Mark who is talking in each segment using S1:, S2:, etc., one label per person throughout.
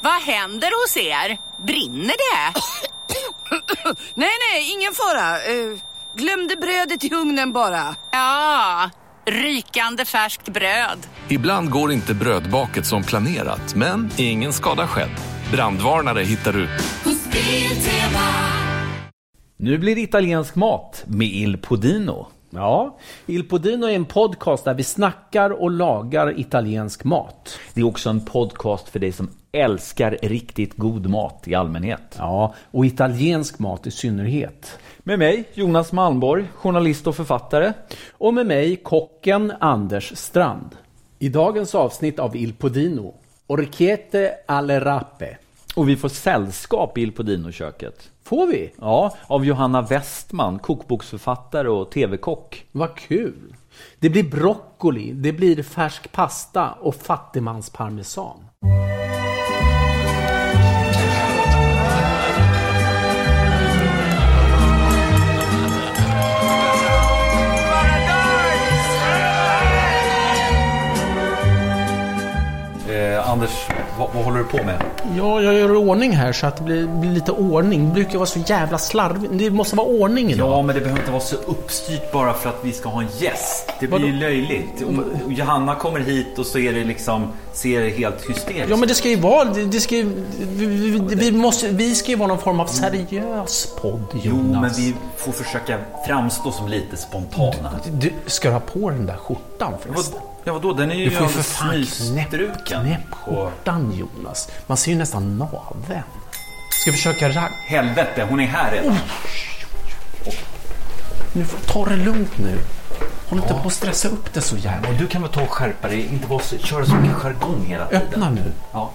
S1: Vad händer hos er? Brinner det?
S2: Nej, nej, ingen fara. Eh, glömde brödet i ugnen bara.
S1: Ja, rykande färskt bröd.
S3: Ibland går inte brödbaket som planerat, men ingen skada skedd. Brandvarnare hittar du.
S4: Nu blir det italiensk mat med Il Podino.
S5: Ja, Il Podino är en podcast där vi snackar och lagar italiensk mat.
S4: Det är också en podcast för dig som älskar riktigt god mat i allmänhet.
S5: Ja, och italiensk mat i synnerhet.
S4: Med mig, Jonas Malmborg, journalist och författare.
S5: Och med mig, kocken Anders Strand. I dagens avsnitt av Il Podino, Orchete alle rape.
S4: Och vi får sällskap i Il Podino-köket.
S5: Får vi?
S4: Ja, av Johanna Westman, kokboksförfattare och TV-kock.
S5: Vad kul! Det blir broccoli, det blir färsk pasta och fattigmansparmesan.
S4: Eh, Anders, vad, vad håller du på med?
S6: Ja, jag gör ordning här så att det blir, blir lite ordning. Det brukar vara så jävla slarvigt. Det måste vara ordning idag.
S4: Ja, men det behöver inte vara så uppstyrt bara för att vi ska ha en gäst. Det blir
S6: Vadå?
S4: ju löjligt. Och, och Johanna kommer hit och så är det liksom, ser det helt hysteriskt
S6: Ja, men det ska ju vara... Det, det ska ju, vi, vi, vi, måste, vi ska ju vara någon form av seriös podd,
S4: Jo,
S6: Jonas.
S4: men vi får försöka framstå som lite spontana.
S6: Du, ska du ha på den där skjortan förresten?
S4: Ja, vadå? Den är ju
S6: Du får ju för
S4: alldeles
S6: fan knäpp,
S4: nystruken.
S6: knäpp
S4: Och-
S6: skjortan, Jonas. Man ser ju nästan naveln. Ska vi försöka ragg...
S4: Helvete, hon är här redan.
S6: Nu, får- ta det lugnt nu. Håll inte på att stressa upp det så jävla.
S4: Du kan väl ta och skärpa dig, inte vara så, köra så mycket jargong hela tiden.
S6: Öppna nu.
S4: Ja.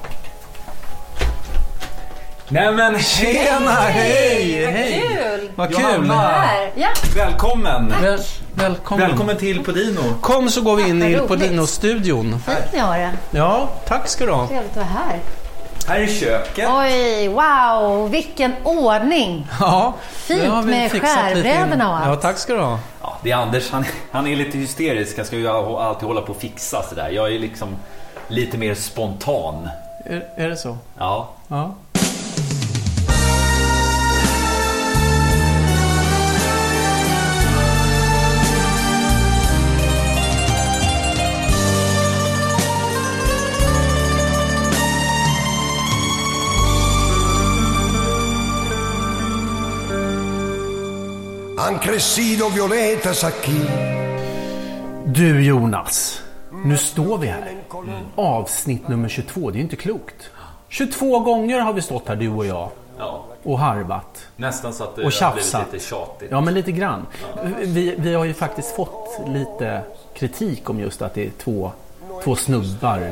S4: Nej men tjena, hej!
S7: Hej! Kul!
S4: Vad
S6: kul.
S7: Här! Ja,
S4: Välkommen!
S6: Väl, välkommen.
S4: Välkommen till Podino.
S6: Kom så går vi in
S7: Vad
S6: i
S7: roligt.
S6: Podino-studion.
S7: fint ni har det.
S6: Ja, tack ska du ha.
S7: Trevligt att vara här.
S4: Här är köket.
S7: Oj, wow, vilken ordning!
S6: Ja,
S7: Fint
S6: det har vi
S7: med
S6: fixat lite
S7: skärbrädorna
S6: in.
S7: och allt.
S6: Ja, tack ska du ha.
S4: Ja, det är Anders, han, han är lite hysterisk. Han ska ju alltid hålla på och fixa sådär. Jag är liksom lite mer spontan.
S6: Är, är det så?
S4: Ja.
S6: Ja.
S8: Han Cressino Violeta sa chi.
S6: Du Jonas, nu står vi här. Avsnitt nummer 22, det är ju inte klokt. 22 gånger har vi stått här du och jag
S4: ja.
S6: och harvat.
S4: Nästan så att det
S6: Och
S4: har blivit
S6: tjafsat.
S4: lite tjatigt.
S6: Ja, men lite grann. Vi, vi har ju faktiskt fått lite kritik om just att det är två, två snubbar. eh,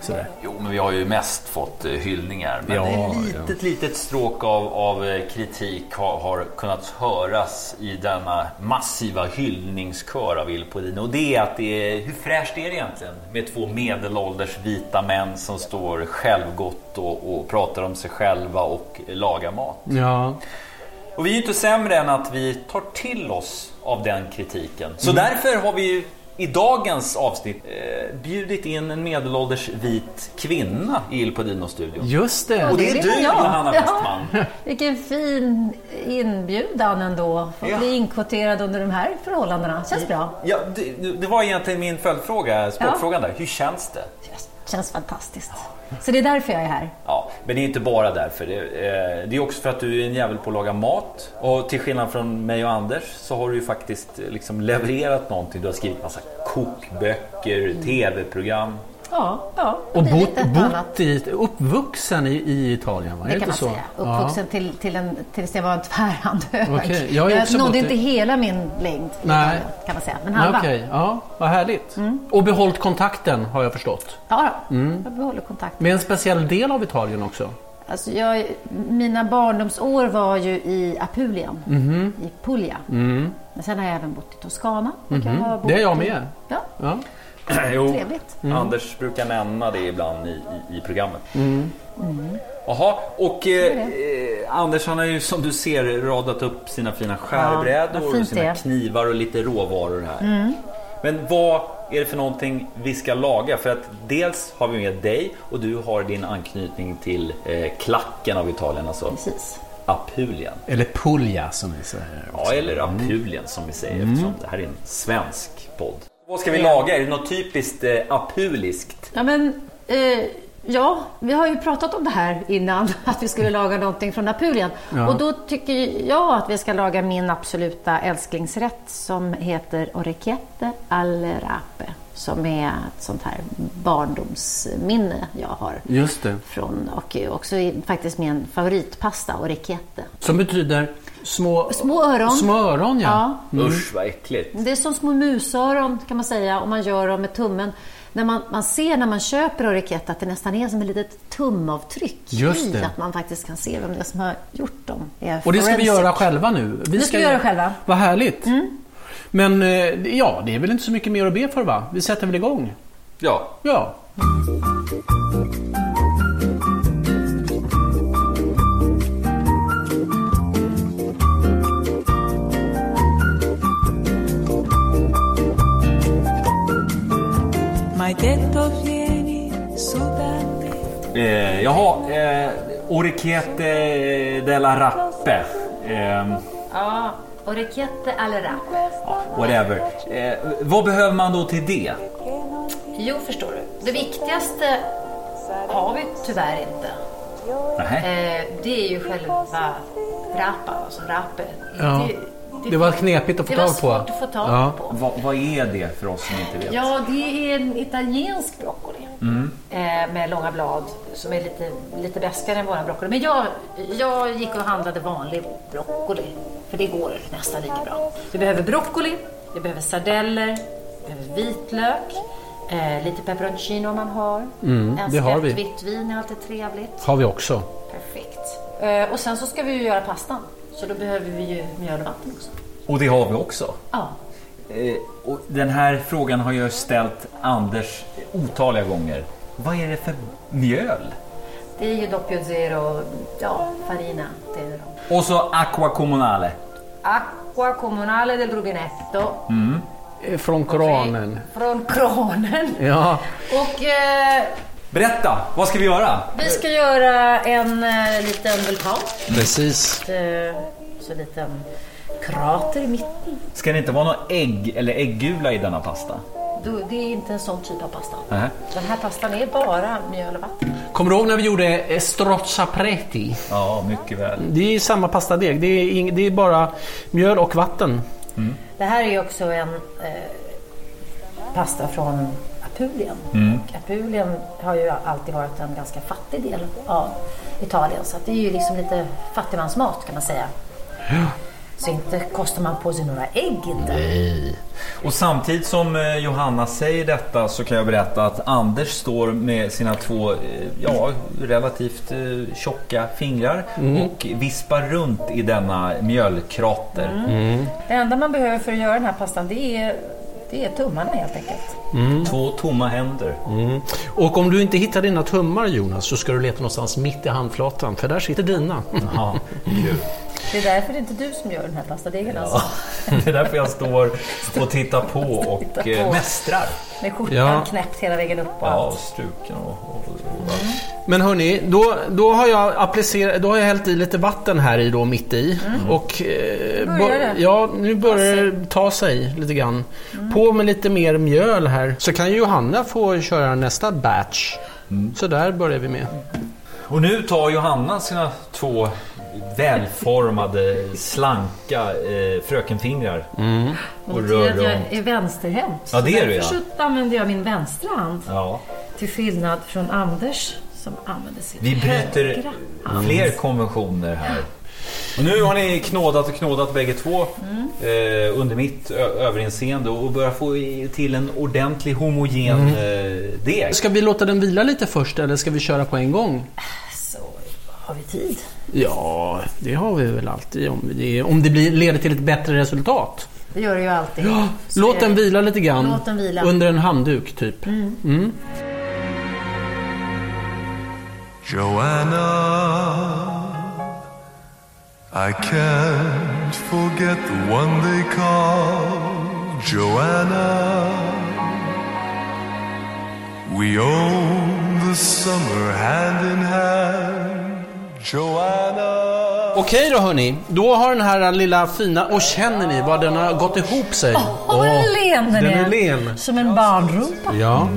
S6: Sådär.
S4: Jo, men vi har ju mest fått eh, hyllningar. Men ett litet, litet stråk av, av eh, kritik har, har kunnat höras i denna massiva hyllningskör av Il Podino. Och det är att det är, hur fräscht är det egentligen med två medelålders vita män som står självgott och, och pratar om sig själva och lagar mat?
S6: Ja,
S4: Och vi är ju inte sämre än att vi tar till oss av den kritiken. Så därför har vi ju i dagens avsnitt eh, bjudit in en medelålders vit kvinna i Il Podino-studion.
S6: just det.
S4: Och det är
S7: Det
S4: du
S7: var jag.
S4: Johanna
S7: Ja.
S4: Westman.
S7: Vilken fin inbjudan ändå. Att
S4: Ja.
S7: bli inkvoterad under de här förhållandena. Känns bra.
S4: Ja, det, det var egentligen min följdfråga, språkfrågan där. Hur känns det?
S7: Känns fantastiskt. Så det är därför jag är här.
S4: Ja, men det är inte bara därför. Det, eh, det är också för att du är en jävel på att laga mat. Och till skillnad från mig och Anders så har du ju faktiskt eh, liksom levererat någonting. Du har skrivit massa kokböcker, tv-program.
S7: Ja, ja. det
S6: Och
S7: blir
S6: bott,
S7: lite annat.
S6: bott i, uppvuxen i, i Italien, va? är
S7: Det
S6: inte
S7: kan man
S6: så?
S7: säga. Uppvuxen till, till en, tills jag var en tvärhand hög.
S6: Okej, jag har ju också bott
S7: nådde
S6: i-
S7: inte hela min längd.
S6: Nej.
S7: Kan man säga. Men
S6: Ja.
S7: halva. Mm.
S6: Okej, ja, vad härligt. Och behållit kontakten har jag förstått.
S7: Ja, då.
S6: Mm.
S7: jag behåller kontakten.
S6: Med en speciell del av Italien också.
S7: Alltså jag, mina barndomsår var ju i Apulien,
S6: Mhm.
S7: i Puglia. Men sen har jag även bott i Toscana. och jag har bott
S6: Mhm. Det är jag
S7: i-
S6: med.
S7: Ja,
S6: Ja.
S4: Jo,
S7: trevligt.
S4: Anders brukar nämna det ibland i, i, i programmet. Jaha, och eh, eh, Anders han har ju som du ser radat upp sina fina skärbrädor
S7: vad
S4: och
S7: fint Mm.
S4: sina
S7: det är.
S4: knivar och lite råvaror här. Men vad är det för någonting vi ska laga? För att dels har vi med dig och du har din anknytning till eh, klacken av Italien, alltså
S7: Precis.
S4: Apulien.
S6: Eller Puglia som vi säger.
S4: Ja, eller Apulien som vi säger eftersom det här är en svensk podd. Vad ska vi laga? Är det något typiskt eh, apuliskt?
S7: Ja, men, eh, ja, vi har ju pratat om det här innan, att vi skulle laga någonting från Apulien. Och då tycker jag att vi ska laga min absoluta älsklingsrätt som heter orecchiette al rape. Som är ett sånt här barndomsminne jag har.
S6: Just det.
S7: Från, och också i- faktiskt min favoritpasta, orecchiette.
S6: Som betyder små,
S7: Små öron.
S6: Små öron ja.
S7: Ja,
S4: Usch vad äckligt.
S7: Det är som små musöron kan man säga om man gör dem med tummen. När man, man ser när man köper Oriket att det nästan är som ett litet tumavtryck.
S6: Just
S7: i
S6: det.
S7: Att man faktiskt kan se vem det är som har gjort dem. är
S6: Och det ska vi
S7: forensic.
S6: göra själva nu. Vi
S7: ska vi göra själva. Mm.
S6: Vad härligt. Men eh, ja, det är väl inte så mycket mer att be för va? Vi sätter väl igång?
S4: Ja,
S6: Ja.
S9: Ma hai detto vieni su da me.
S4: Eh, jaha, eh, Orikete eh, della Rappe. Eh,
S7: Ja, Oriket eller rap.
S4: whatever. Eh, vad behöver man då till det?
S7: Jo, förstår du. Det viktigaste har vi tyvärr inte.
S4: Nähä.
S7: Eh, det är ju själva rapa, alltså rapet.
S6: Ja. Det var knepigt att få
S7: det var
S6: tag på.
S7: svårt att få tag
S6: Ja.
S7: på.
S4: Va, vad är det för oss som inte vet?
S7: Ja, det är en italiensk broccoli.
S6: Mm.
S7: Eh, med långa blad som är lite, lite bäskare än våra broccoli. Men jag, jag gick och handlade vanlig broccoli. För det går nästan lika bra. Du behöver broccoli, du behöver sardeller, du behöver vitlök. Eh, lite peperoncino om man har. en
S6: Mm, det har vi.
S7: skvätt vitt vin är alltid trevligt.
S6: Har vi också.
S7: Perfekt. Eh, och sen så ska vi ju göra pastan. Så då behöver vi ju mjöl och vatten också.
S4: Och det har vi också.
S7: Ja,
S4: Eh, och den här frågan har jag ställt Anders otaliga gånger. Vad är det för mjöl?
S7: det är ju doppio zero, ja, farina. Det är det.
S4: Och så Aqua Comunale.
S7: Acqua comunale del rubinetto.
S6: Eh, Från Koranen.
S7: Från kranen.
S6: Ja.
S7: Och eh,
S4: Berätta, vad ska vi göra?
S7: vi ska göra en eh, liten vulkan.
S6: Precis.
S7: Eh, så en liten krater i mitten.
S4: Ska det inte vara något ägg eller ägggula i denna pasta?
S7: Då- Det är inte en sån typ av pasta.
S4: Nähä.
S7: Den här pastan är bara mjöl och vatten.
S6: Kommer du ihåg när vi gjorde eh, strozzapreti?
S4: Ja, mycket väl.
S6: Det är samma pastadeg. Det är, ing- det är bara mjöl och vatten.
S7: Det här är ju också en eh, pasta från Apulien.
S4: Mm.
S7: Och Apulien har ju alltid varit en ganska fattig del av Italien. Så att det är ju liksom lite fattigmansmat kan man säga. Så inte kostar man på sig några ägg inte.
S4: Och samtidigt som eh, Johanna säger detta så kan jag berätta att Anders står med sina två eh, ja, relativt eh, tjocka fingrar och vispar runt i denna mjölkrater.
S7: Det enda man behöver för att göra den här pastan det är, det är tummarna helt enkelt.
S4: Två tomma händer.
S6: Och om du inte hittar dina tummar Jonas så ska du leta någonstans mitt i handflatan för där sitter dina.
S4: Ja,
S7: Det är därför det är inte du som gör den här pastadegen alltså.
S4: det är därför jag står och tittar på och eh,
S7: på.
S4: mästrar.
S7: Med skjortan
S6: Ja.
S7: knäppt hela vägen upp och
S4: Ja,
S7: allt.
S4: och struken och... och, och.
S6: Men hörni, då, då, har jag applicerat, då har jag hällt i lite vatten här i då mitt i. Och, eh,
S7: Mm. Börjar
S6: bör-
S7: det? Mm.
S6: ja, nu börjar det ta sig lite grann. På med lite mer mjöl här så kan Johanna få köra nästa batch. Så där börjar vi med.
S4: och nu tar Johanna sina två välformade, slanka eh, frökenfingrar och rör
S7: Notera att
S4: runt.
S7: jag är vänsterhänt.
S4: Ja, det är du, ja.
S7: Därför så använder jag min vänstra hand.
S4: Ja.
S7: Till skillnad från Anders som använder sin
S4: Vi bryter
S7: högra.
S4: fler konventioner här. Och nu har ni knådat och knådat bägge två eh, under mitt ö- överinseende och börjar få i- till en ordentlig homogen eh, deg.
S6: Ska vi låta den vila lite först eller ska vi köra på en gång?
S7: Så har vi tid.
S6: Ja, det har vi väl alltid om det, om det blir, leder till ett bättre resultat.
S7: Det gör det ju alltid. Så
S6: Låt
S7: är
S6: den
S7: det.
S6: vila lite grann
S7: Låt den vila. Mm.
S6: under en handduk typ.
S10: Joanna, I can't forget the one they call Joanna. We own the summer hand in hand, Joanna.
S6: Okej då hörni, då har den här lilla fina... Och känner ni vad den har gått ihop sig?
S7: Åh, vad len den
S6: den är
S7: är.
S6: len.
S7: Som en barnropa.
S6: Ja.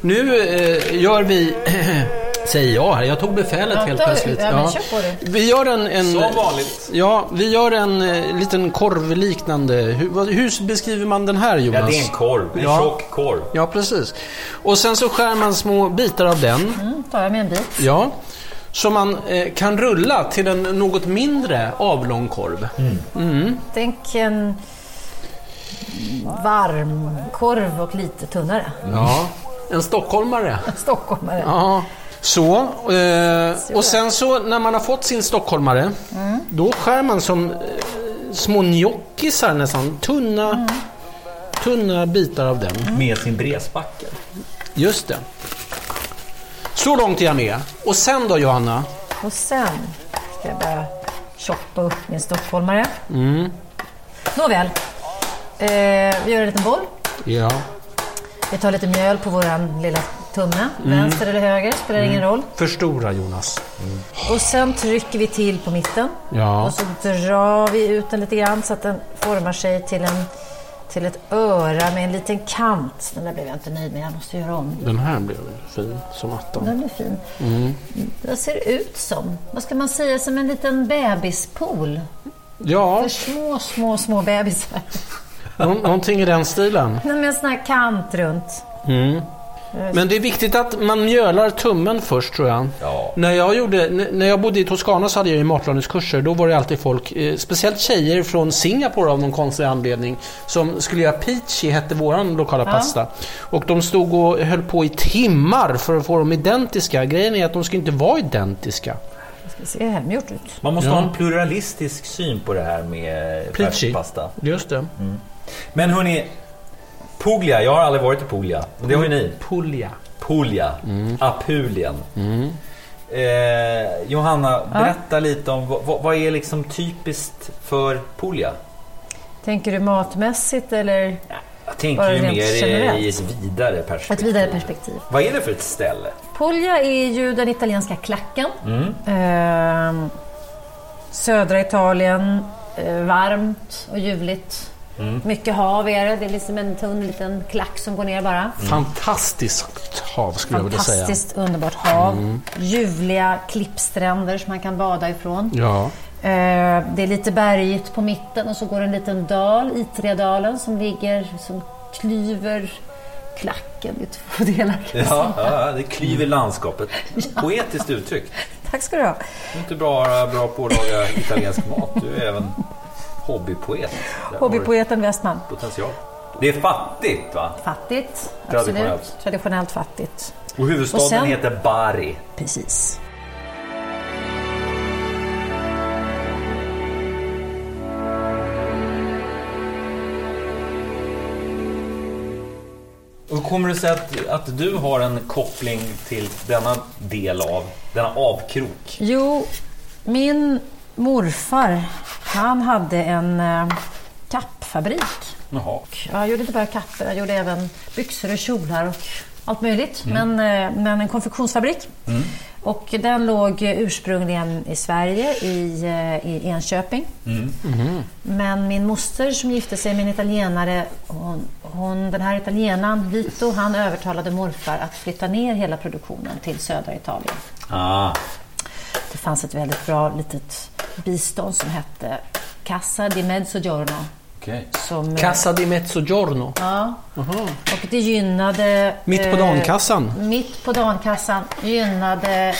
S6: Nu eh, gör vi... Säger jag här, jag tog befälet helt
S7: ta-
S6: plötsligt.
S7: ja, men kör på det.
S6: Vi gör en... en
S4: Som vanligt.
S6: Ja, vi gör en eh, liten korvliknande... Hur, vad- hur beskriver man den här Jonas?
S4: Ja, det är en korv. En
S6: Ja.
S4: tjock korv.
S6: Ja, precis. Och sen så skär man små bitar av den.
S7: Mm, tar jag med en bit.
S6: Ja. Som man eh, kan rulla till en något mindre avlång korv.
S7: Tänk en varm korv och lite tunnare.
S6: Ja. En stockholmare.
S7: En stockholmare.
S6: Ja. Så. Eh, och sen så när man har fått sin stockholmare. Då skär man som eh, små gnocchisar nästan. Tunna, tunna bitar av den.
S4: Med sin bresbacke.
S6: Just det. Så långt är jag med. Och sen då Johanna?
S7: Och sen ska jag bara choppa upp min stockholmare.
S6: Mm.
S7: Nåväl. Eh, vi gör en liten boll.
S6: Ja.
S7: Vi tar lite mjöl på våran lilla tumme.
S6: Mm.
S7: Vänster eller höger spelar ingen roll.
S6: Förstora Jonas.
S7: Och sen trycker vi till på mitten.
S6: Ja.
S7: Och så drar vi ut den lite grann så att den formar sig till, en, till ett öra med en liten kant. Den där blev jag inte nöjd med. Jag måste göra om.
S6: Den här blev fin som attan.
S7: Den är fin.
S6: Mm.
S7: Vad ser det ut som? Vad ska man säga? Som en liten bebispool.
S6: Ja,
S7: För små, små, små bebisar.
S6: nå- någonting i den stilen.
S7: Nej, men en sån här kant runt.
S6: Men det är viktigt att man mjölar tummen först tror jag.
S4: Ja.
S6: När, jag gjorde, n- när jag bodde i Toscana så hade jag ju matlagningskurser. Då var det alltid folk, eh, speciellt tjejer från Singapore av någon konstig anledning, som skulle göra peachy, hette våran lokala pasta. Och de stod och höll på i timmar för att få dem identiska. Grejen är att de ska inte vara identiska.
S7: Det ser hemgjort ut.
S4: Man måste
S6: Ja.
S4: ha en pluralistisk syn på det här med
S6: Peachy.
S4: färskpasta.
S6: Just det.
S4: Men hörni, Puglia. Jag har aldrig varit i Puglia. Det har ju ni.
S6: Puglia.
S4: Puglia. Apulien. Eh, Johanna, berätta lite om vad, vad- vad är liksom typiskt för Puglia?
S7: Tänker du matmässigt eller
S4: Jag
S7: Bara
S4: tänker ju
S7: rent
S4: mer i,
S7: generellt.
S4: i ett vidare
S7: på ett
S4: perspektiv.
S7: vidare perspektiv?
S4: Vad är det för ett ställe?
S7: Puglia är ju den italienska klacken.
S6: Mm.
S7: Ehm, södra Italien, eh, varmt och ljuvligt.
S6: Mm.
S7: Mycket hav är det. Det är liksom en tunn liten klack som går ner bara.
S6: Fantastiskt hav skulle Mm, jag vilja säga. Mm.
S7: Fantastiskt underbart hav. Ljuvliga klippstränder som man kan bada ifrån.
S6: Ja.
S7: Eh, Det är lite bergigt på mitten och så går en liten dal, Itredalen, som ligger som klyver klacken i två delar.
S4: Ja, ja, det klyver Mm. landskapet. Poetiskt uttryckt.
S7: Tack ska du ha.
S4: Du är inte bara bra på att laga italiensk mat, du är även hobbypoet. Där har du
S7: Hobbypoeten Westman.
S4: Potential. Det är fattigt va?
S7: Fattigt.
S4: Traditionellt.
S7: Absolut. Traditionellt fattigt.
S4: Och huvudstaden
S7: Och sen-
S4: heter Bari.
S7: Precis.
S4: Och hur kommer det sig att, att du har en koppling till denna del av, denna avkrok?
S7: Jo, min morfar, han hade en eh, kappfabrik.
S4: Jaha.
S7: Ja, jag gjorde inte bara kappor, jag gjorde även byxor och kjolar och allt möjligt. Men, eh, men en konfektionsfabrik. Och den låg eh, ursprungligen i Sverige, i, eh, i Enköping. Men min moster som gifte sig med en italienare, hon, hon, den här italienaren Vito, han övertalade morfar att flytta ner hela produktionen till södra Italien.
S4: Ah,
S7: Det fanns ett väldigt bra litet bistånd som hette Casa di Mezzogiorno.
S4: okej.
S7: Som, eh,
S6: Casa di Mezzogiorno.
S7: Ja. Och det gynnade...
S6: Mitt på
S7: eh,
S6: dankassan.
S7: Mitt på dankassan gynnade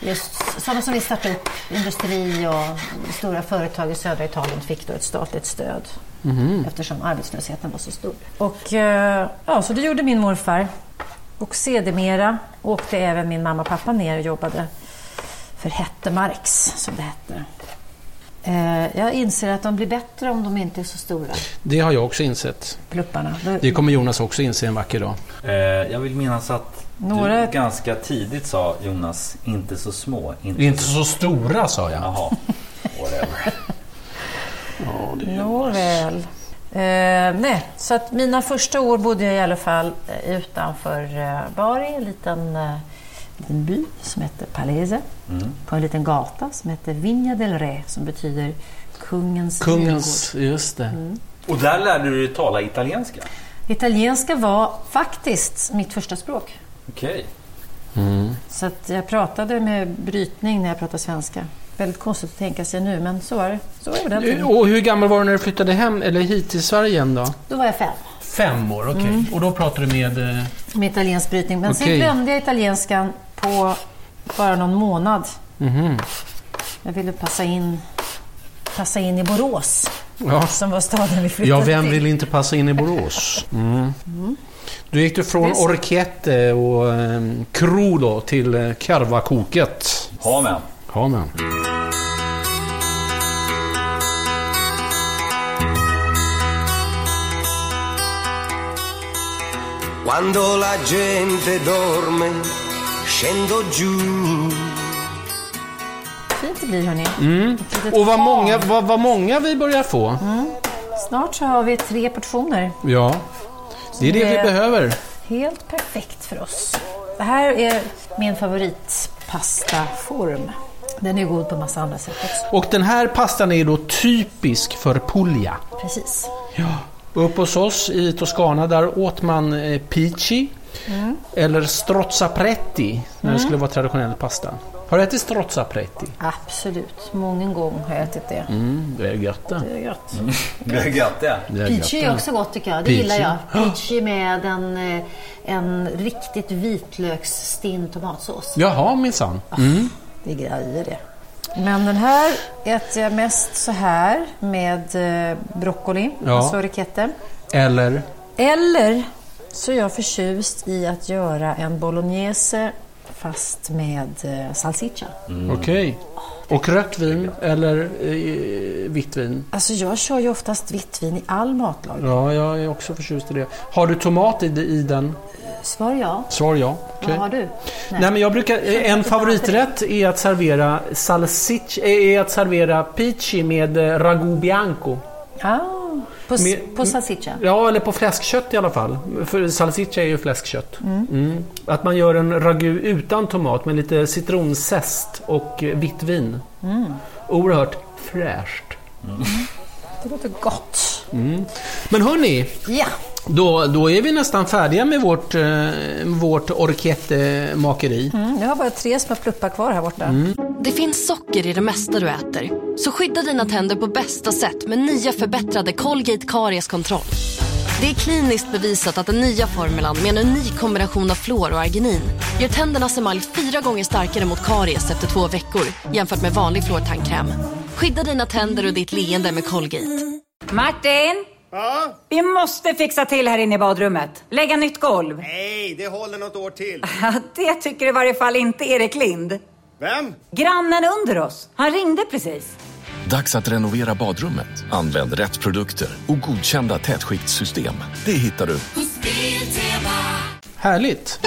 S7: just sådana som vill starta upp industri och stora företag i södra Italien fick då ett statligt stöd
S6: Mhm.
S7: eftersom arbetslösheten var så stor. Och, eh, ja, så det gjorde min morfar. Och sedermera åkte även min mamma och pappa ner och jobbade för Hettemarks, som det hette. Eh, Jag inser att de blir bättre om de inte är så stora,
S6: Det har jag också insett.
S7: plupparna. Då-
S6: Det kommer Jonas också inse en vacker dag.
S4: Eh, jag vill minnas att
S7: Några-
S4: du ganska tidigt sa Jonas, inte så små. Inte,
S6: Inte så stora sa jag.
S4: Jaha. Whatever.
S7: Nåväl. Eh, nej, så att mina första år bodde jag i alla fall eh, utanför eh, Bari, en liten, eh, liten by som hette Palese. På en liten gata som hette Vigna del Re som betyder kungens, trädgård.
S6: Kungens, just det. Mm.
S4: Och där lärde du dig tala italienska?
S7: Italienska var faktiskt mitt första språk.
S4: Okej.
S7: Så att jag pratade med brytning när jag pratade svenska. Väldigt konstigt att tänka sig nu, men så var det. Så var det på den tiden.
S6: Mm. Och hur gammal var du när du flyttade hem, eller hit till Sverige igen då?
S7: Då var jag fem.
S6: Fem år, okej. Och då pratade du med... eh,
S7: med italiensk brytning. Men sen
S6: Okej.
S7: glömde jag italienskan på bara någon månad.
S6: Mhm.
S7: Jag ville passa in, passa in i Borås,
S6: Ja.
S7: som var staden vi
S6: ja,
S7: flyttade
S6: vem
S7: till.
S6: vill inte passa in i Borås? Mm. Då gick du från
S7: Visst.
S6: Orchete och um, Crudo till eh, Karvakoket.
S4: Ha med.
S6: Ja, men.
S8: Quando la gente dorme, scendo giù.
S7: Fint det blir, hörni. Ett litet
S6: Mm. Och vad
S7: hav.
S6: många, vad, vad många vi börjar få.
S7: Snart så har vi tre portioner.
S6: Ja. Det är det vi
S7: Det-
S6: behöver.
S7: Helt perfekt för oss. Det här är min favoritpastaform. Den är god på massa andra sätt också.
S6: Och den här pastan är då typisk för Puglia.
S7: Precis.
S6: Ja. Upp hos oss i Toscana där åt man eh, pici eller strozzapretti när det skulle vara traditionell pasta. Har du ätit strozzapretti?
S7: Absolut. Många gång har jag ätit det.
S6: Mm, det är gött det. Mm.
S7: Det är gott.
S4: Det är gött det.
S6: Det är
S7: Peachy
S6: gött
S7: är
S6: det.
S7: också gott tycker jag. Det
S6: Peachy.
S7: gillar jag. Peachy med en, eh, en riktigt vitlöksstinn tomatsås.
S6: Jaha minsann.
S7: Det är grejer det. Men den här äter jag mest så här med eh, broccoli,
S6: Ja.
S7: alltså rikette.
S6: Eller?
S7: Eller så är jag förtjust i att göra en bolognese fast med eh, salsiccia.
S6: Mm. Okej. Och rött vin eller eh, vitt vin?
S7: Alltså jag kör ju oftast vitt vin i all matlagning.
S6: Ja, jag är också förtjust i det. Har du tomat i, i den?
S7: Svar ja.
S6: Svar ja. Okej.
S7: Vad har du?
S6: Nej. men jag brukar, eh, en favoriträtt är att servera salsic, eh, är att servera pici med eh, ragu bianco.
S7: Ah, på, s-
S6: Med-
S7: på salsiccia?
S6: Ja, eller på fläskkött i alla fall. För salsiccia är ju fläskkött. Mm. Att man gör en ragu utan tomat med lite citronzest och eh, vitt vin. Oerhört fräscht.
S7: Det låter gott.
S6: Men hörni,
S7: Ja.
S6: då, då är vi nästan färdiga med vårt, eh, vårt orkettemakeri.
S7: Mm, jag har bara tre små pluppar kvar här borta.
S6: Mm.
S11: Det finns socker i det mesta du äter. Så skydda dina tänder på bästa sätt med nya förbättrade Colgate Karieskontroll. Det är kliniskt bevisat att den nya formulan med en unik kombination av fluor och arginin gör tändernas emalj fyra gånger starkare mot karies efter två veckor jämfört med vanlig fluortandkräm. Skydda dina tänder och ditt leende med Colgate.
S9: Martin! Vi måste fixa till här inne i badrummet. Lägga nytt golv.
S8: Nej, det håller något år till.
S9: Ja, Det tycker i varje fall inte Erik Lind.
S8: Vem?
S9: Grannen under oss. Han ringde precis.
S3: Dags att renovera badrummet. Använd rätt produkter och godkända tätskiktssystem. Det hittar du
S6: Härligt!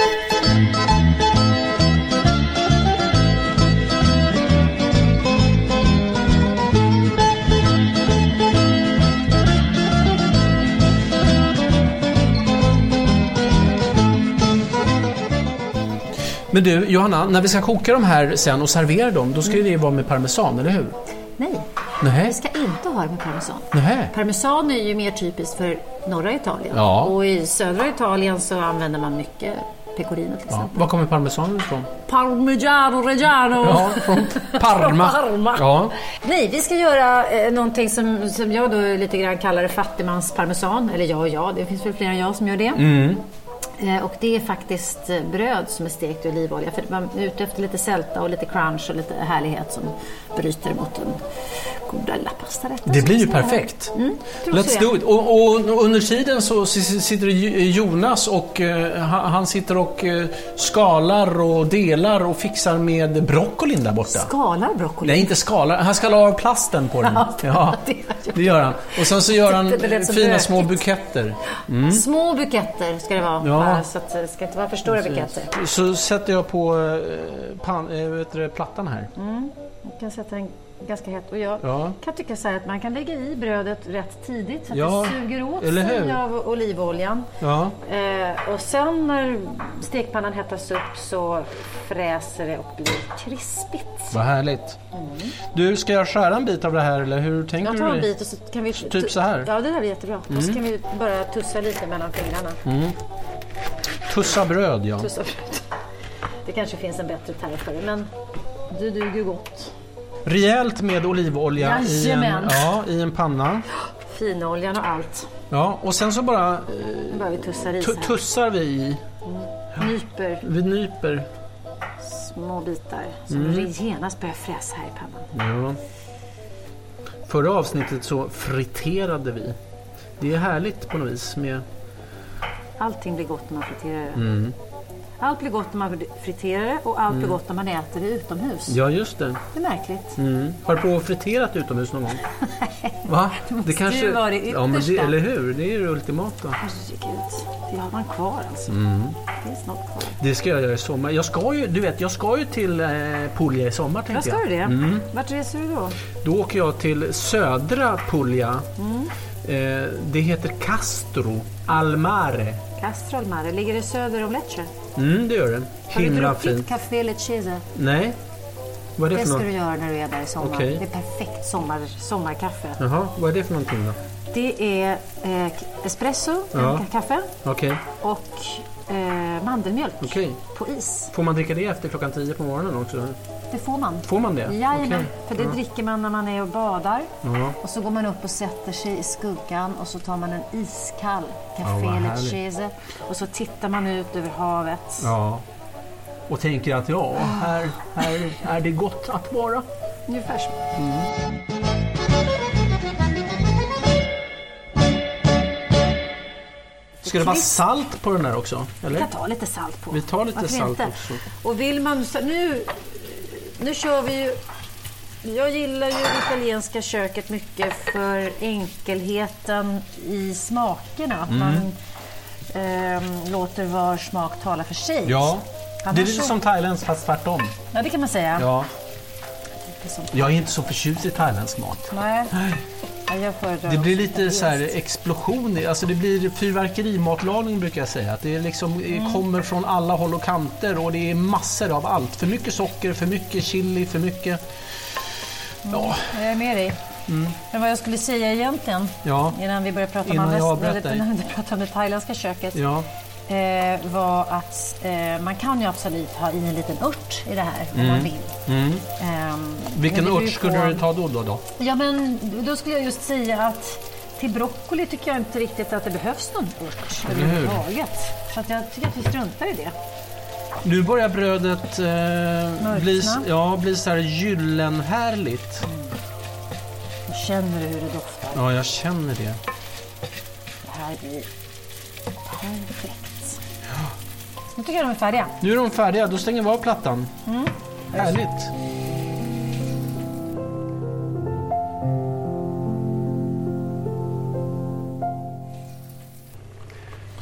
S6: Men du Johanna, när vi ska koka de här sen och servera dem, då ska ju det vara med parmesan, eller hur?
S7: Nej,
S6: Nej.
S7: vi ska inte ha det med parmesan.
S6: Nej.
S7: Parmesan är ju mer typiskt för norra Italien.
S6: Ja.
S7: Och i södra Italien så använder man mycket pecorino till
S6: Ja.
S7: exempel.
S6: Var kommer parmesanen ifrån?
S7: Parmigiano Reggiano!
S6: Ja, från Parma.
S7: Från Parma.
S6: Ja.
S7: Nej, vi ska göra eh, någonting som, som jag då lite grann kallar det fattigmansparmesan. Eller jag och jag, det finns väl fler än jag som gör det.
S6: Mm.
S7: Eh, och det är faktiskt eh, bröd som är stekt i olivolja. För man är ute efter lite sälta och lite crunch och lite härlighet som bryter mot den goda lapastarätten.
S6: Det blir ju perfekt.
S7: tror
S6: Let's
S7: så, ja.
S6: do it. Och, och, och under tiden så si- si- sitter Ju- Jonas och eh, han han sitter och eh, skalar och delar och fixar med broccolin där borta.
S7: Skalar broccoli.
S6: Nej, inte skalar. Han skalar av plasten på den.
S7: Ja,
S6: Ja,
S7: det gör jag.
S6: det gör han. Och sen så gör han
S7: Det lät så
S6: fina små
S7: bökigt.
S6: buketter.
S7: Små buketter ska det vara.
S6: Mm. Ja.
S7: Bara Så att det ska inte vara för stora buketter. Mm.
S6: Så sätter jag på eh, pan, eh, vad heter det, plattan här.
S7: Jag kan sätta en ganska het. Och jag
S6: Ja.
S7: kan tycka så här att man kan lägga i brödet rätt tidigt så att
S6: Ja,
S7: det suger åt
S6: eller hur?
S7: sig av olivoljan.
S6: Ja.
S7: Eh, och sen när stekpannan hettas upp så fräser det och blir krispigt.
S6: Vad härligt. Du, ska jag skära en bit av det här eller hur tänker
S7: Mm. Jag
S6: du?
S7: tar en
S6: dig?
S7: bit och så kan vi...
S6: Typ så här?
S7: Ja, det där är jättebra. Och så
S6: Mm.
S7: kan vi bara tussa lite mellan fingrarna.
S6: Mm. Tussa bröd ja.
S7: Tussa förut. Det kanske finns en bättre term för det, men det duger gott.
S6: Rejält med olivolja i en,
S7: Jajamän.
S6: ja, i en panna.
S7: Finoljan och allt.
S6: Ja, och sen så bara eh,
S7: Nu börjar vi tussa i så
S6: tu-
S7: här.
S6: tussar vi i.
S7: Nyper
S6: Vi nyper.
S7: små bitar som
S6: Mm.
S7: mm. genast börjar fräsa här i pannan.
S6: Ja. Förra avsnittet så friterade vi. Det är härligt på något vis med...
S7: Allting blir gott när man friterar det.
S6: Mm.
S7: Allt blir gott när man friterar det och allt blir
S6: Mm.
S7: gott när man äter det utomhus.
S6: Ja, just det.
S7: Det är märkligt.
S6: Mm. Har du provat friterat utomhus någon gång? Va?
S7: måste ju vara det
S6: ja, men det,
S7: yttersta.
S6: Eller hur? Det är ju det ultimata.
S7: Herregud, det har man kvar alltså.
S6: Mm.
S7: Det är snart kvar.
S6: Det ska jag göra i sommar. Jag ska ju, du vet, jag ska ju till eh, Puglia i sommar tänkte
S7: Vad ska
S6: jag.
S7: du det?
S6: Mm.
S7: Vart reser du då?
S6: Då åker jag till södra Puglia.
S7: Mm.
S6: Eh, det heter Castro Almare.
S7: Castro Almare, ligger det söder om Lecce?
S6: Mm, det gör det. Himla
S7: Har du druckit
S6: fint.
S7: Café Lecce?
S6: Nej, vad är det
S7: Det
S6: för
S7: ska du
S6: något?
S7: göra när du är där i sommar.
S6: Okej.
S7: Det är perfekt sommar, sommarkaffe.
S6: Jaha, vad är det för någonting då?
S7: Det är eh, k- espresso,
S6: Ja.
S7: ja. kaffe
S6: Okej,
S7: och eh, mandelmjölk
S6: okej.
S7: på is.
S6: Får man dricka det efter klockan 10 på morgonen också?
S7: Det får man.
S6: Får man det?
S7: Jajamän,
S6: Okej.
S7: för det
S6: ja.
S7: dricker man när man är och badar.
S6: Ja.
S7: Och så går man upp och sätter sig i skuggan och så tar man en iskall
S6: Ja,
S7: Café
S6: vad härligt.
S7: Lecce och så tittar man ut över havet.
S6: ja. Och tänker att ja,
S7: Ah.
S6: här, här är det gott att vara.
S7: Ungefär så.
S6: Eh. Ska det vara salt på den här också?
S7: Vi
S6: Eller?
S7: kan ta lite salt på.
S6: Vi tar lite
S7: Varför
S6: salt
S7: inte?
S6: också.
S7: Och vill man... så- Nu, nu kör vi ju... Jag gillar ju det italienska köket mycket för enkelheten i smakerna. Att
S6: Mm.
S7: man ehm, låter var smak tala för sig.
S6: Ja, det är
S7: Annars
S6: lite
S7: så-
S6: som thailändskt fast tvärtom.
S7: Ja, det kan man säga.
S6: Ja.
S7: Det är som-
S6: Jag är inte så förtjust i thailändsk mat.
S7: Nej. Ja, jag föredrar
S6: Det blir
S7: också
S6: lite
S7: italienskt.
S6: så här explosion, i- alltså det blir fyrverkerimatlagning brukar jag säga. Att det är liksom det
S7: Mm.
S6: kommer från alla håll och kanter och det är massor av allt. För mycket socker, för mycket chili, för mycket... Ja.
S7: Jag är med dig.
S6: Mm.
S7: Men vad jag skulle säga egentligen,
S6: Ja.
S7: innan vi börjar prata om,
S6: Innan
S7: andra,
S6: jag avbröt dig.
S7: innan vi pratar om det thailändska köket,
S6: Ja.
S7: eh, var att eh, man kan ju absolut ha i en liten ört i det här om man vill.
S6: Mm.
S7: Ehm, men
S6: Vilken
S7: det beror
S6: ört
S7: ju
S6: skulle
S7: på-
S6: du ta då? då, då?
S7: Ja, men då skulle jag just säga att till broccoli tycker jag inte riktigt att det behövs någon ört
S6: Eller hur?
S7: överhuvudtaget. Så att jag tycker att vi struntar i det.
S6: Nu börjar brödet eh, bli,
S7: Mörkna.
S6: ja, bli så här gyllenhärligt.
S7: Nu känner du hur det doftar.
S6: Ja, jag känner det.
S7: Det här blir perfekt. Nu tycker jag de är färdiga.
S6: Nu är de färdiga, då stänger vi av plattan.
S7: Mm.
S6: Härligt.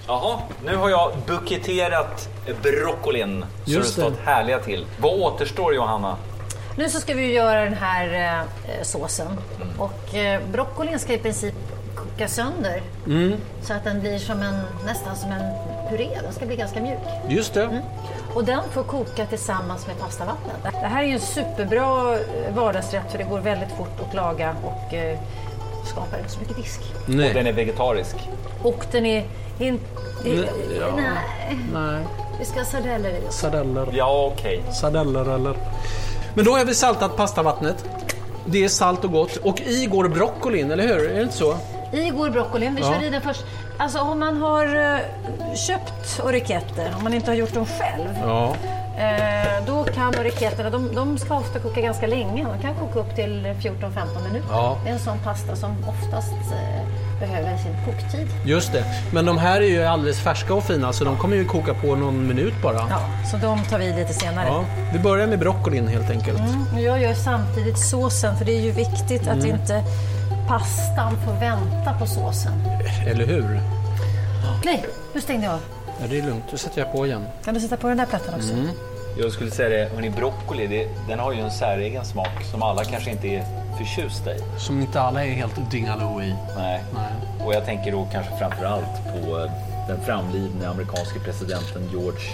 S4: Jaha, nu har jag buketerat broccolin så
S6: Just
S4: det har stått härliga till. Vad återstår Johanna?
S7: Nu så ska vi ju göra den här eh, såsen. Och eh, broccolin ska i princip koka sönder
S6: Mm.
S7: så att den blir som en, nästan som en puré. Den ska bli ganska mjuk.
S6: Just det.
S7: Och den får koka tillsammans med pastavattnet. Det här är ju en superbra eh, vardagsrätt för det går väldigt fort att laga och eh, skapar inte så mycket disk.
S4: Och den är vegetarisk.
S7: Och den är inte...
S4: Nej, ja.
S7: Nej.
S6: Mm, Nej.
S7: Vi ska ha sardeller i oss.
S6: Sardeller.
S4: Ja, okej.
S6: Sardeller eller... Men då har vi saltat pastavattnet. Det är salt och gott. Och i går broccolin, eller hur? Är det inte så?
S7: I går broccolin, vi
S6: Ja.
S7: kör i den först. Alltså om man har eh, köpt oriketter, om man inte har gjort dem själv,
S6: Ja.
S7: eh, då kan oriketterna, de, de ska ofta koka ganska länge. De kan koka upp till 14-15 minuter.
S6: Ja.
S7: Det är en sån pasta som oftast eh, behöver sin koktid.
S6: Just det. Men de här är ju alldeles färska och fina så de kommer ju koka på någon minut bara.
S7: Ja, så de tar vi lite senare.
S6: Ja, Vi börjar med broccolin helt enkelt.
S7: Mm, och jag gör samtidigt såsen, för det är ju viktigt att
S6: Mm.
S7: inte pastan får vänta på såsen.
S6: Eller hur?
S7: Nej, nu stängde jag av.
S6: Ja, det är lugnt. Då sätter jag på igen.
S7: Kan du sätta på den där plattan också?
S6: Mm.
S4: Jag skulle säga det, hörni, broccoli, det, den har ju en säregen smak som alla kanske inte är förtjusta i.
S6: Som inte alla är helt dingaloo i.
S4: Nej. Och jag tänker då kanske framför allt på eh, den framlidne amerikanske presidenten George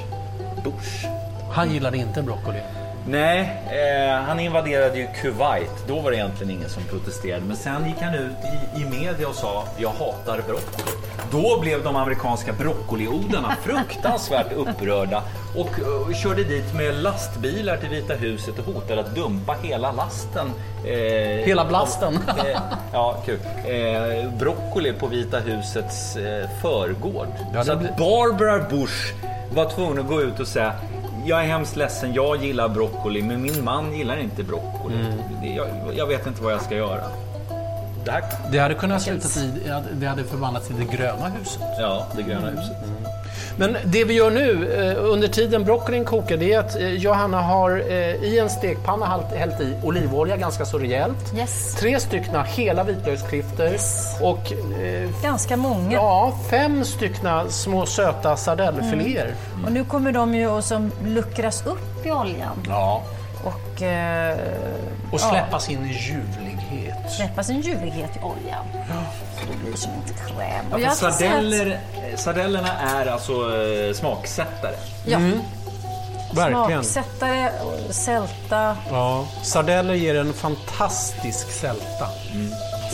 S4: Bush.
S6: Han gillade inte broccoli.
S4: Nej, eh, han invaderade ju Kuwait. Då var det egentligen ingen som protesterade. Men sen gick han ut i, i media och sa jag hatar broccoli. Då blev de amerikanska broccoliodlarna fruktansvärt upprörda och eh, körde dit med lastbilar till Vita huset och hotade att dumpa hela lasten. eh,
S6: Hela blasten.
S4: av- eh, ja, kul. Eh, broccoli på Vita husets eh, förgård.
S6: det
S4: Så att
S6: blir-
S4: Barbara Bush var tvungen att gå ut och säga jag är hemskt ledsen, jag gillar broccoli men min man gillar inte broccoli. Det- Jag, jag vet inte vad jag ska göra. Mm. Det, här,
S6: Det hade kunnat sluta i att det hade förvandlats till det gröna huset.
S4: ja, det gröna huset.
S6: Men det vi gör nu eh, under tiden broccolin kokar det är att eh, Johanna har eh, i en stekpanna halt- hällt i olivolja ganska så rejält. Tre stycken hela vitlöksklyftor och eh,
S7: Ganska många.
S6: Ja, fem stycken små söta sardellfiléer.
S7: Och nu kommer de ju att som luckras upp i oljan.
S6: Ja.
S7: Och, eh,
S6: Och
S7: ja,
S6: släppas in i ljuvlighet.
S7: släppa sin ljuvlighet i oljan. Så det blir som ett kräm. Och
S4: Ja, för
S7: har inte sett-
S4: Alltså, sardeller, eh, sardellerna är alltså eh, smaksättare.
S7: Ja. Mm.
S6: Verkligen.
S7: Smaksättare, och sälta.
S6: Ja, sardeller ger en fantastisk sälta.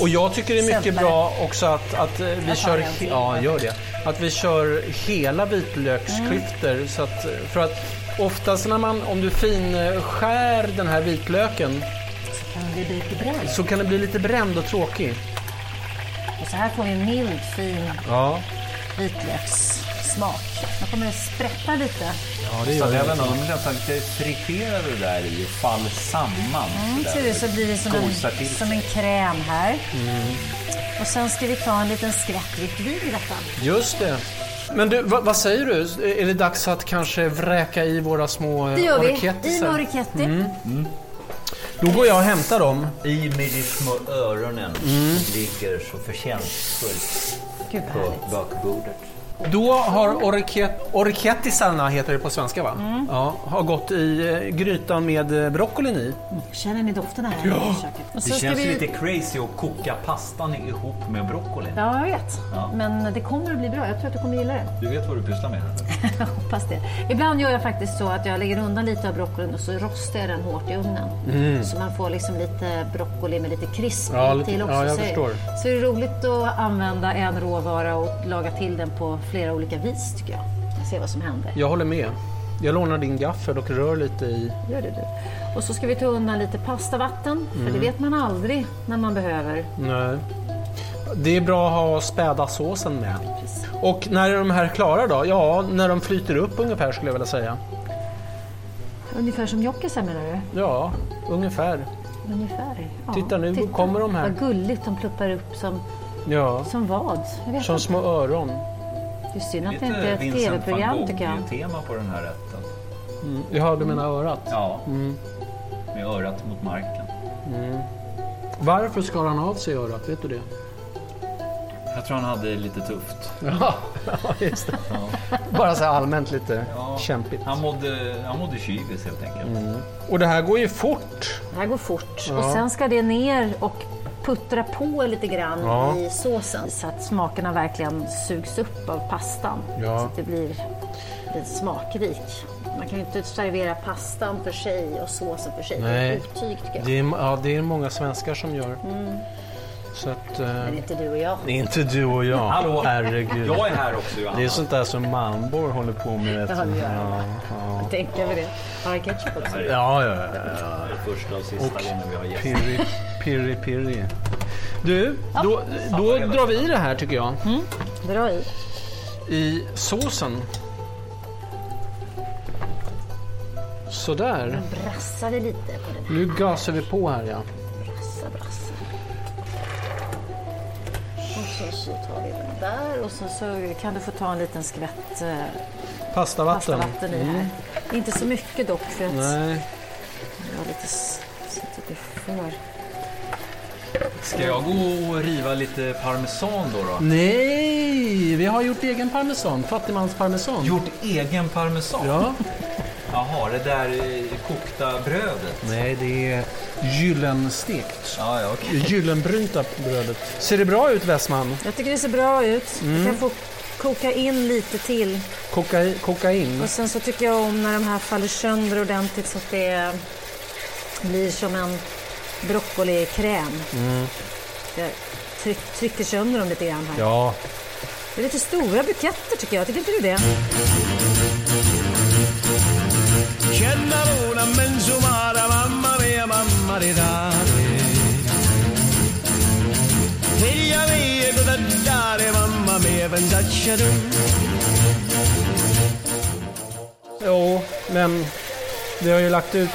S6: Och jag tycker det är mycket
S7: Mm. Sältare.
S6: bra också att, att eh, vi
S7: Jag tar
S6: kör,
S7: en till.
S6: ja, gör det. Att vi kör hela vitlöksklyftor.
S7: Mm.
S6: Så att, eh, för att oftast när man, om du finskär den här vitlöken så kan den bli lite bränd och tråkig.
S7: Och så här får vi en mild, fin
S6: Ja,
S7: vitlökssmak. Nu kommer det sprätta lite. Mm,
S6: ja
S4: det gör Sardellerna, de är nästan lite friterade där i, fall samman.
S7: Mm,
S4: sådär.
S7: ser du, så blir det som en,
S4: Gosar till.
S7: som en kräm här.
S4: Mm.
S7: Och sen ska vi ta en liten skvätt vitt vin i detta.
S6: Just det. Men du, vad, vad säger du? Är det dags att kanske vräka i våra små eh,
S7: Det gör vi. I Mm.
S6: orketisar?
S7: Noriketti.
S6: Då går jag och hämtar dem.
S4: I med de små öronen ligger så förtjänstfullt
S7: Gud, vad
S4: på bakbordet.
S6: Då har orke- orkettisarna, heter det på svenska va? Ja, har gått i eh, grytan med eh, broccolin i.
S7: Känner ni dofterna här
S6: Ja.
S7: i köket?
S4: Det
S7: Och så ska
S4: känns
S7: vi...
S4: lite crazy att koka pastan ihop med broccoli.
S7: Ja, jag vet.
S4: Ja.
S7: Men det kommer att bli bra. Jag tror att du kommer gilla det.
S4: Du vet vad du pysslar med? eller?
S7: Jag hoppas det. Ibland gör jag faktiskt så att jag lägger undan lite av broccolin och så rostar jag den hårt i ugnen.
S6: Mm.
S7: Så man får liksom lite broccoli med lite krisp
S6: Ja, lite-
S7: till också.
S6: ja, jag
S7: så,
S6: förstår.
S7: så är det roligt att använda en råvara och laga till den på flera olika vis tycker jag. Jag ser vad som händer.
S6: Jag håller med. Jag lånar din gaffel och rör lite i.
S7: Gör det du. Och så ska vi ta undan lite pastavatten, för det
S6: Mm.
S7: vet man aldrig när man behöver.
S6: Nej. eh, Det är bra att ha späda såsen med. Och när är de här klara då? Ja, när de flyter upp ungefär skulle jag vilja säga.
S7: Ungefär som jockisar menar du?
S6: Ja, ungefär.
S7: Ungefär. Ja.
S6: Mm. Titta, nu kommer de här.
S7: Vad gulligt, de pluppar upp som,
S6: Ja,
S7: som vad? Jag vet
S6: som
S7: inte.
S6: små öron. Mm.
S7: Det är synd att det
S4: Lite
S7: inte är ett
S4: Vincent van
S7: tv-program
S4: Gogh
S7: tycker jag.
S4: tema på den här rätten.
S6: Mm. Jag hörde mina örat.
S4: Ja,
S6: Mm.
S4: med örat mot marken.
S6: Mm. Varför skar han av sig örat? Vet du det?
S4: Jag tror han hade det lite tufft.
S6: Ja, just det. Bara så här allmänt lite kämpigt.
S4: Han mådde, han mådde kyvis helt enkelt.
S6: Och det här går ju fort.
S7: Det här går fort.
S6: Ja.
S7: Och sen ska det ner och puttra på lite grann
S6: Ja.
S7: i såsen så att smakerna verkligen sugs upp av pastan.
S6: Ja.
S7: Så att det blir, blir smakrik. Man kan ju inte servera pastan för sig och såsen för sig. Det är
S6: Nej.
S7: ett otyg tycker jag.
S6: Det är, ja, det är många svenskar som gör.
S7: Mm.
S6: Så att... eh,
S7: Men inte du och jag.
S6: det är inte du och jag.
S4: Hallå.
S6: Herregud.
S4: Jag är här också, Johanna.
S6: Det är sånt där som Malmborg håller på med. Vet
S7: Ja,
S6: du.
S7: det gör
S6: Ja, ja.
S7: Tänka på det. Har jag ketchup också?
S6: Ja, ja, ja, ja.
S4: Det är första och sista
S6: Och
S4: gången vi har gäst.
S6: pirri, pirri, pirri. Du, då, då drar vi i det här tycker jag.
S7: Dra i.
S6: I såsen. Sådär.
S7: Nu brassar vi lite på den.
S6: Nu gasar vi på här ja.
S7: Brassa, brassa. Och så, så tar vi den där och så, så kan du få ta en liten skvätt eh,
S6: Pastavatten.
S7: pastavatten i här. Inte så mycket dock för att
S6: Mm. Nej.
S7: det var lite s- så att det blir för...
S4: Ska jag gå och riva lite parmesan då? då?
S6: Nej, vi har gjort egen parmesan. Fattigmansparmesan.
S4: Gjort egen parmesan?
S6: Ja.
S4: Jaha, det där eh, kokta brödet.
S6: Nej, det är gyllenstekt.
S4: Ja, ja,
S6: Gyllenbrynta brödet. Ser det bra ut Westman?
S7: Jag tycker det ser bra ut.
S6: Mm.
S7: Jag kan få koka in lite till.
S6: Kokai, kokain?
S7: Och sen så tycker jag om när de här faller sönder ordentligt så att det blir som en broccolikräm.
S6: Mm.
S7: Jag tryck, trycker sönder dem lite grann här.
S6: Ja.
S7: Det är lite stora buketter tycker jag. Tycker inte du det?
S12: C'è la luna in mezzo mare, mamma mia, mamma di dare. Figlia mia, cosa dare, mamma mia, pensaccia tu.
S6: Jo, men vi har ju lagt ut,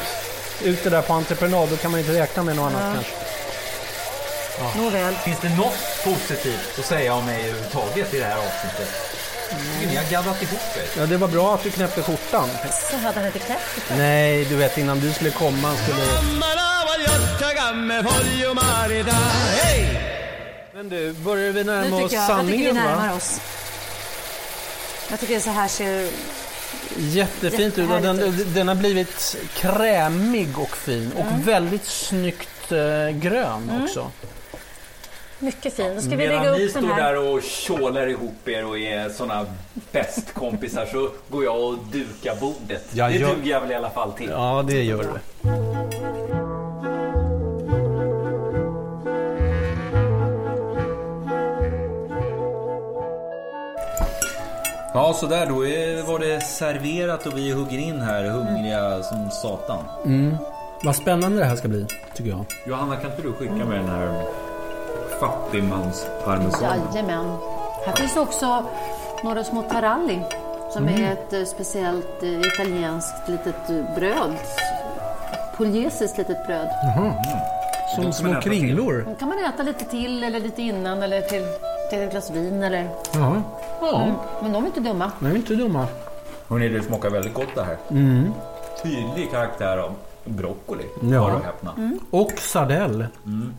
S6: ut det där på entreprenad. Då kan man ju inte räkna med något annat
S7: Ja.
S6: kanske.
S7: Nåväl.
S4: Finns det något positivt att säga om mig överhuvudtaget i det här avsnittet? Mm. Ni har gaddat ihop er.
S6: Ja, det var bra att du knäppte skjortan.
S7: Så hade han inte klätt
S6: Nej, du vet innan du skulle komma skulle...
S12: Ma la vogliotta che mi voglio maritare. Ehi!
S6: Men du, börjar vi
S7: Nu
S6: närma oss
S7: tycker jag, jag tycker vi
S6: sanningen
S7: närmar
S6: va?
S7: oss. Jag tycker så här ser
S6: Jättefint ut. Den, den har blivit krämig och fin och
S7: Mm.
S6: väldigt snyggt eh, grön
S7: Mm.
S6: också.
S7: mycket fin. Då ska vi
S4: Medan
S7: lägga
S4: ni
S7: upp den
S4: står
S7: här.
S4: där och tjålar ihop er och är såna bästkompisar så går jag och dukar bordet.
S6: Ja,
S4: det
S6: jag-
S4: duger jag väl i alla fall till.
S6: Ja, det gör du.
S4: Ja, så där då eh, var det serverat och vi hugger in här hungriga som satan.
S6: Mm. Vad spännande det här ska bli, tycker jag.
S4: Johanna, kan inte du skicka med den här fattigmansparmesanen?
S10: Jajamän. Här finns också några små taralli som
S4: Mm.
S10: är ett eh, speciellt eh, italienskt litet eh, bröd. Pugliesiskt litet bröd.
S6: Som små kringlor.
S10: Den kan man äta lite till eller lite innan eller till, till ett glas vin eller...
S6: Jaha. Ja.
S10: Mm. Men de är inte dumma.
S6: De är inte dumma.
S4: Hörrni, det smakar väldigt gott det här.
S6: Mm.
S4: Tydlig karaktär av broccoli,
S6: Ja.
S4: hör och häpna.
S6: Och sardell.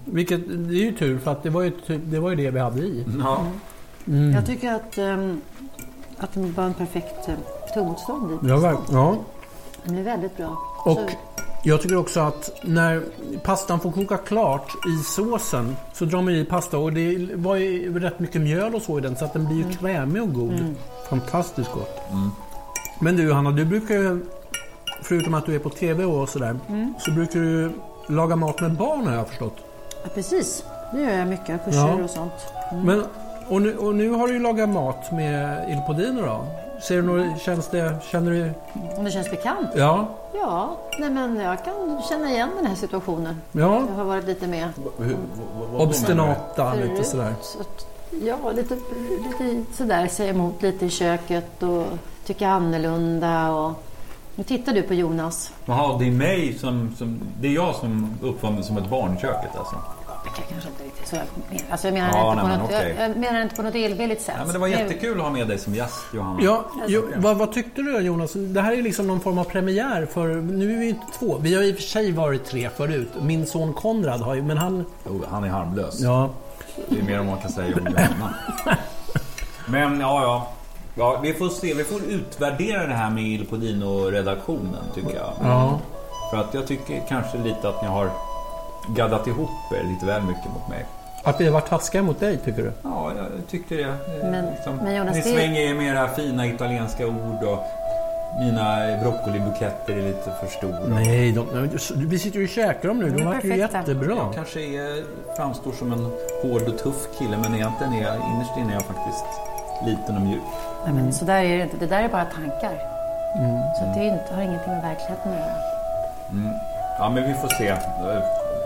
S6: Vilket, det är ju tur för att det var ju, ty- det, var ju det vi hade i.
S4: Ja.
S6: Mm.
S10: Jag tycker att, ehm, att den var en perfekt eh, tuggmotstånd i.
S6: Ja, verk- ja.
S10: Den är väldigt bra.
S6: Och
S10: Så-
S6: jag tycker också att när pastan får koka klart i såsen så drar man i pasta och det var ju rätt mycket mjöl och så i den så att den blir ju krämig och god.
S10: Mm.
S6: Fantastiskt gott. Men du Hanna, du brukar ju, förutom att du är på TV och sådär,
S10: Mm.
S6: så brukar du laga mat med barn har jag förstått.
S10: Ja, precis, det gör jag mycket. Kurser
S6: Ja.
S10: och sånt. Mm.
S6: Men, och, nu, och nu har du ju lagat mat med Il Podino då. Ser du några, känns det, känner du?
S10: Om det känns bekant?
S6: Ja,
S10: Ja, nej men jag kan känna igen den här situationen.
S6: ja.
S10: Jag har varit lite med.
S6: Obstinata lite
S10: Förut,
S6: sådär.
S10: att- Ja, lite, lite sådär, säga emot lite i köket och tycka annorlunda. Och... Nu tittar du på Jonas.
S4: Jaha, det är mig som, som... Det är jag som uppfann mig som ett barn i köket alltså.
S10: Jag kanske inte riktigt så jag menar. Alltså, jag menar
S4: Ja,
S10: inte på
S4: nej, men
S10: något,
S4: okej.
S10: jag, jag menar inte på något illvilligt sätt.
S4: Ja, men det var
S10: Nu-
S4: jättekul att ha med dig som gäst Johanna.
S6: Ja, jo, vad, vad tyckte du Jonas? Det här är liksom någon form av premiär för nu är vi ju inte två. Vi har i och för sig varit tre förut. Min son Konrad har ju, men han...
S4: Jo, Oh, han är harmlös.
S6: Ja.
S4: Det är mer än man kan säga om Johanna. Men ja, ja. ja vi, får se. vi får utvärdera det här med Il Podino-redaktionen tycker jag.
S6: Ja.
S4: För att jag tycker kanske lite att ni har gaddat ihop er lite väl mycket mot mig.
S6: Att vi har varit taskiga mot dig tycker du?
S4: Ja, jag tyckte det. Eh,
S10: Men- men Jonas,
S4: ni
S10: det-
S4: svänger er med era fina italienska ord och mina broccolibuketter är lite för stora.
S6: Nej, de, nej, vi sitter ju och käkar dem nu. De vart ju jättebra.
S4: Jag kanske är, framstår som en hård och tuff kille men egentligen är jag, innerst inne är jag faktiskt liten och mjuk.
S10: Nej, men så där är det inte. Det där är bara tankar.
S4: Mm.
S10: Så det är inte, har ingenting med verkligheten att göra.
S4: Mm. Ja, men vi får se eh,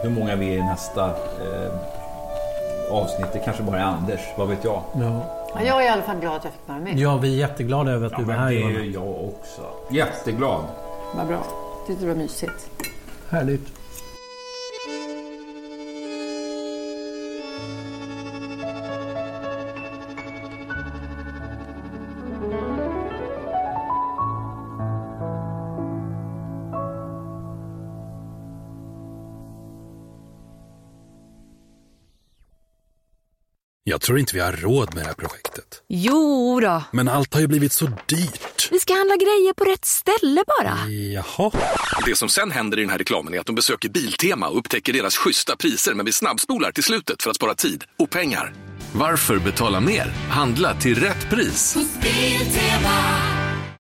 S4: hur många vi är i nästa eh, avsnitt. Det kanske bara är Anders, vad vet jag?
S6: Ja.
S10: Ja, jag är i alla fall glad att jag fick vara med.
S6: ja, vi är jätteglada över att
S4: Ja,
S6: du var
S4: men
S6: här
S4: det är
S6: Johanna.
S4: ju jag också. Jätteglad.
S10: Vad bra. Tyckte det var mysigt.
S6: Härligt.
S3: Jag tror inte vi har råd med det här projektet.
S13: Jo då.
S3: Men allt har ju blivit så dyrt.
S9: Vi ska handla grejer på rätt ställe bara.
S3: Jaha. Det som sen händer i den här reklamen är att de besöker Biltema och upptäcker deras schyssta priser men vi snabbspolar till slutet för att spara tid och pengar. Varför betala mer? Handla till rätt pris.
S14: Biltema.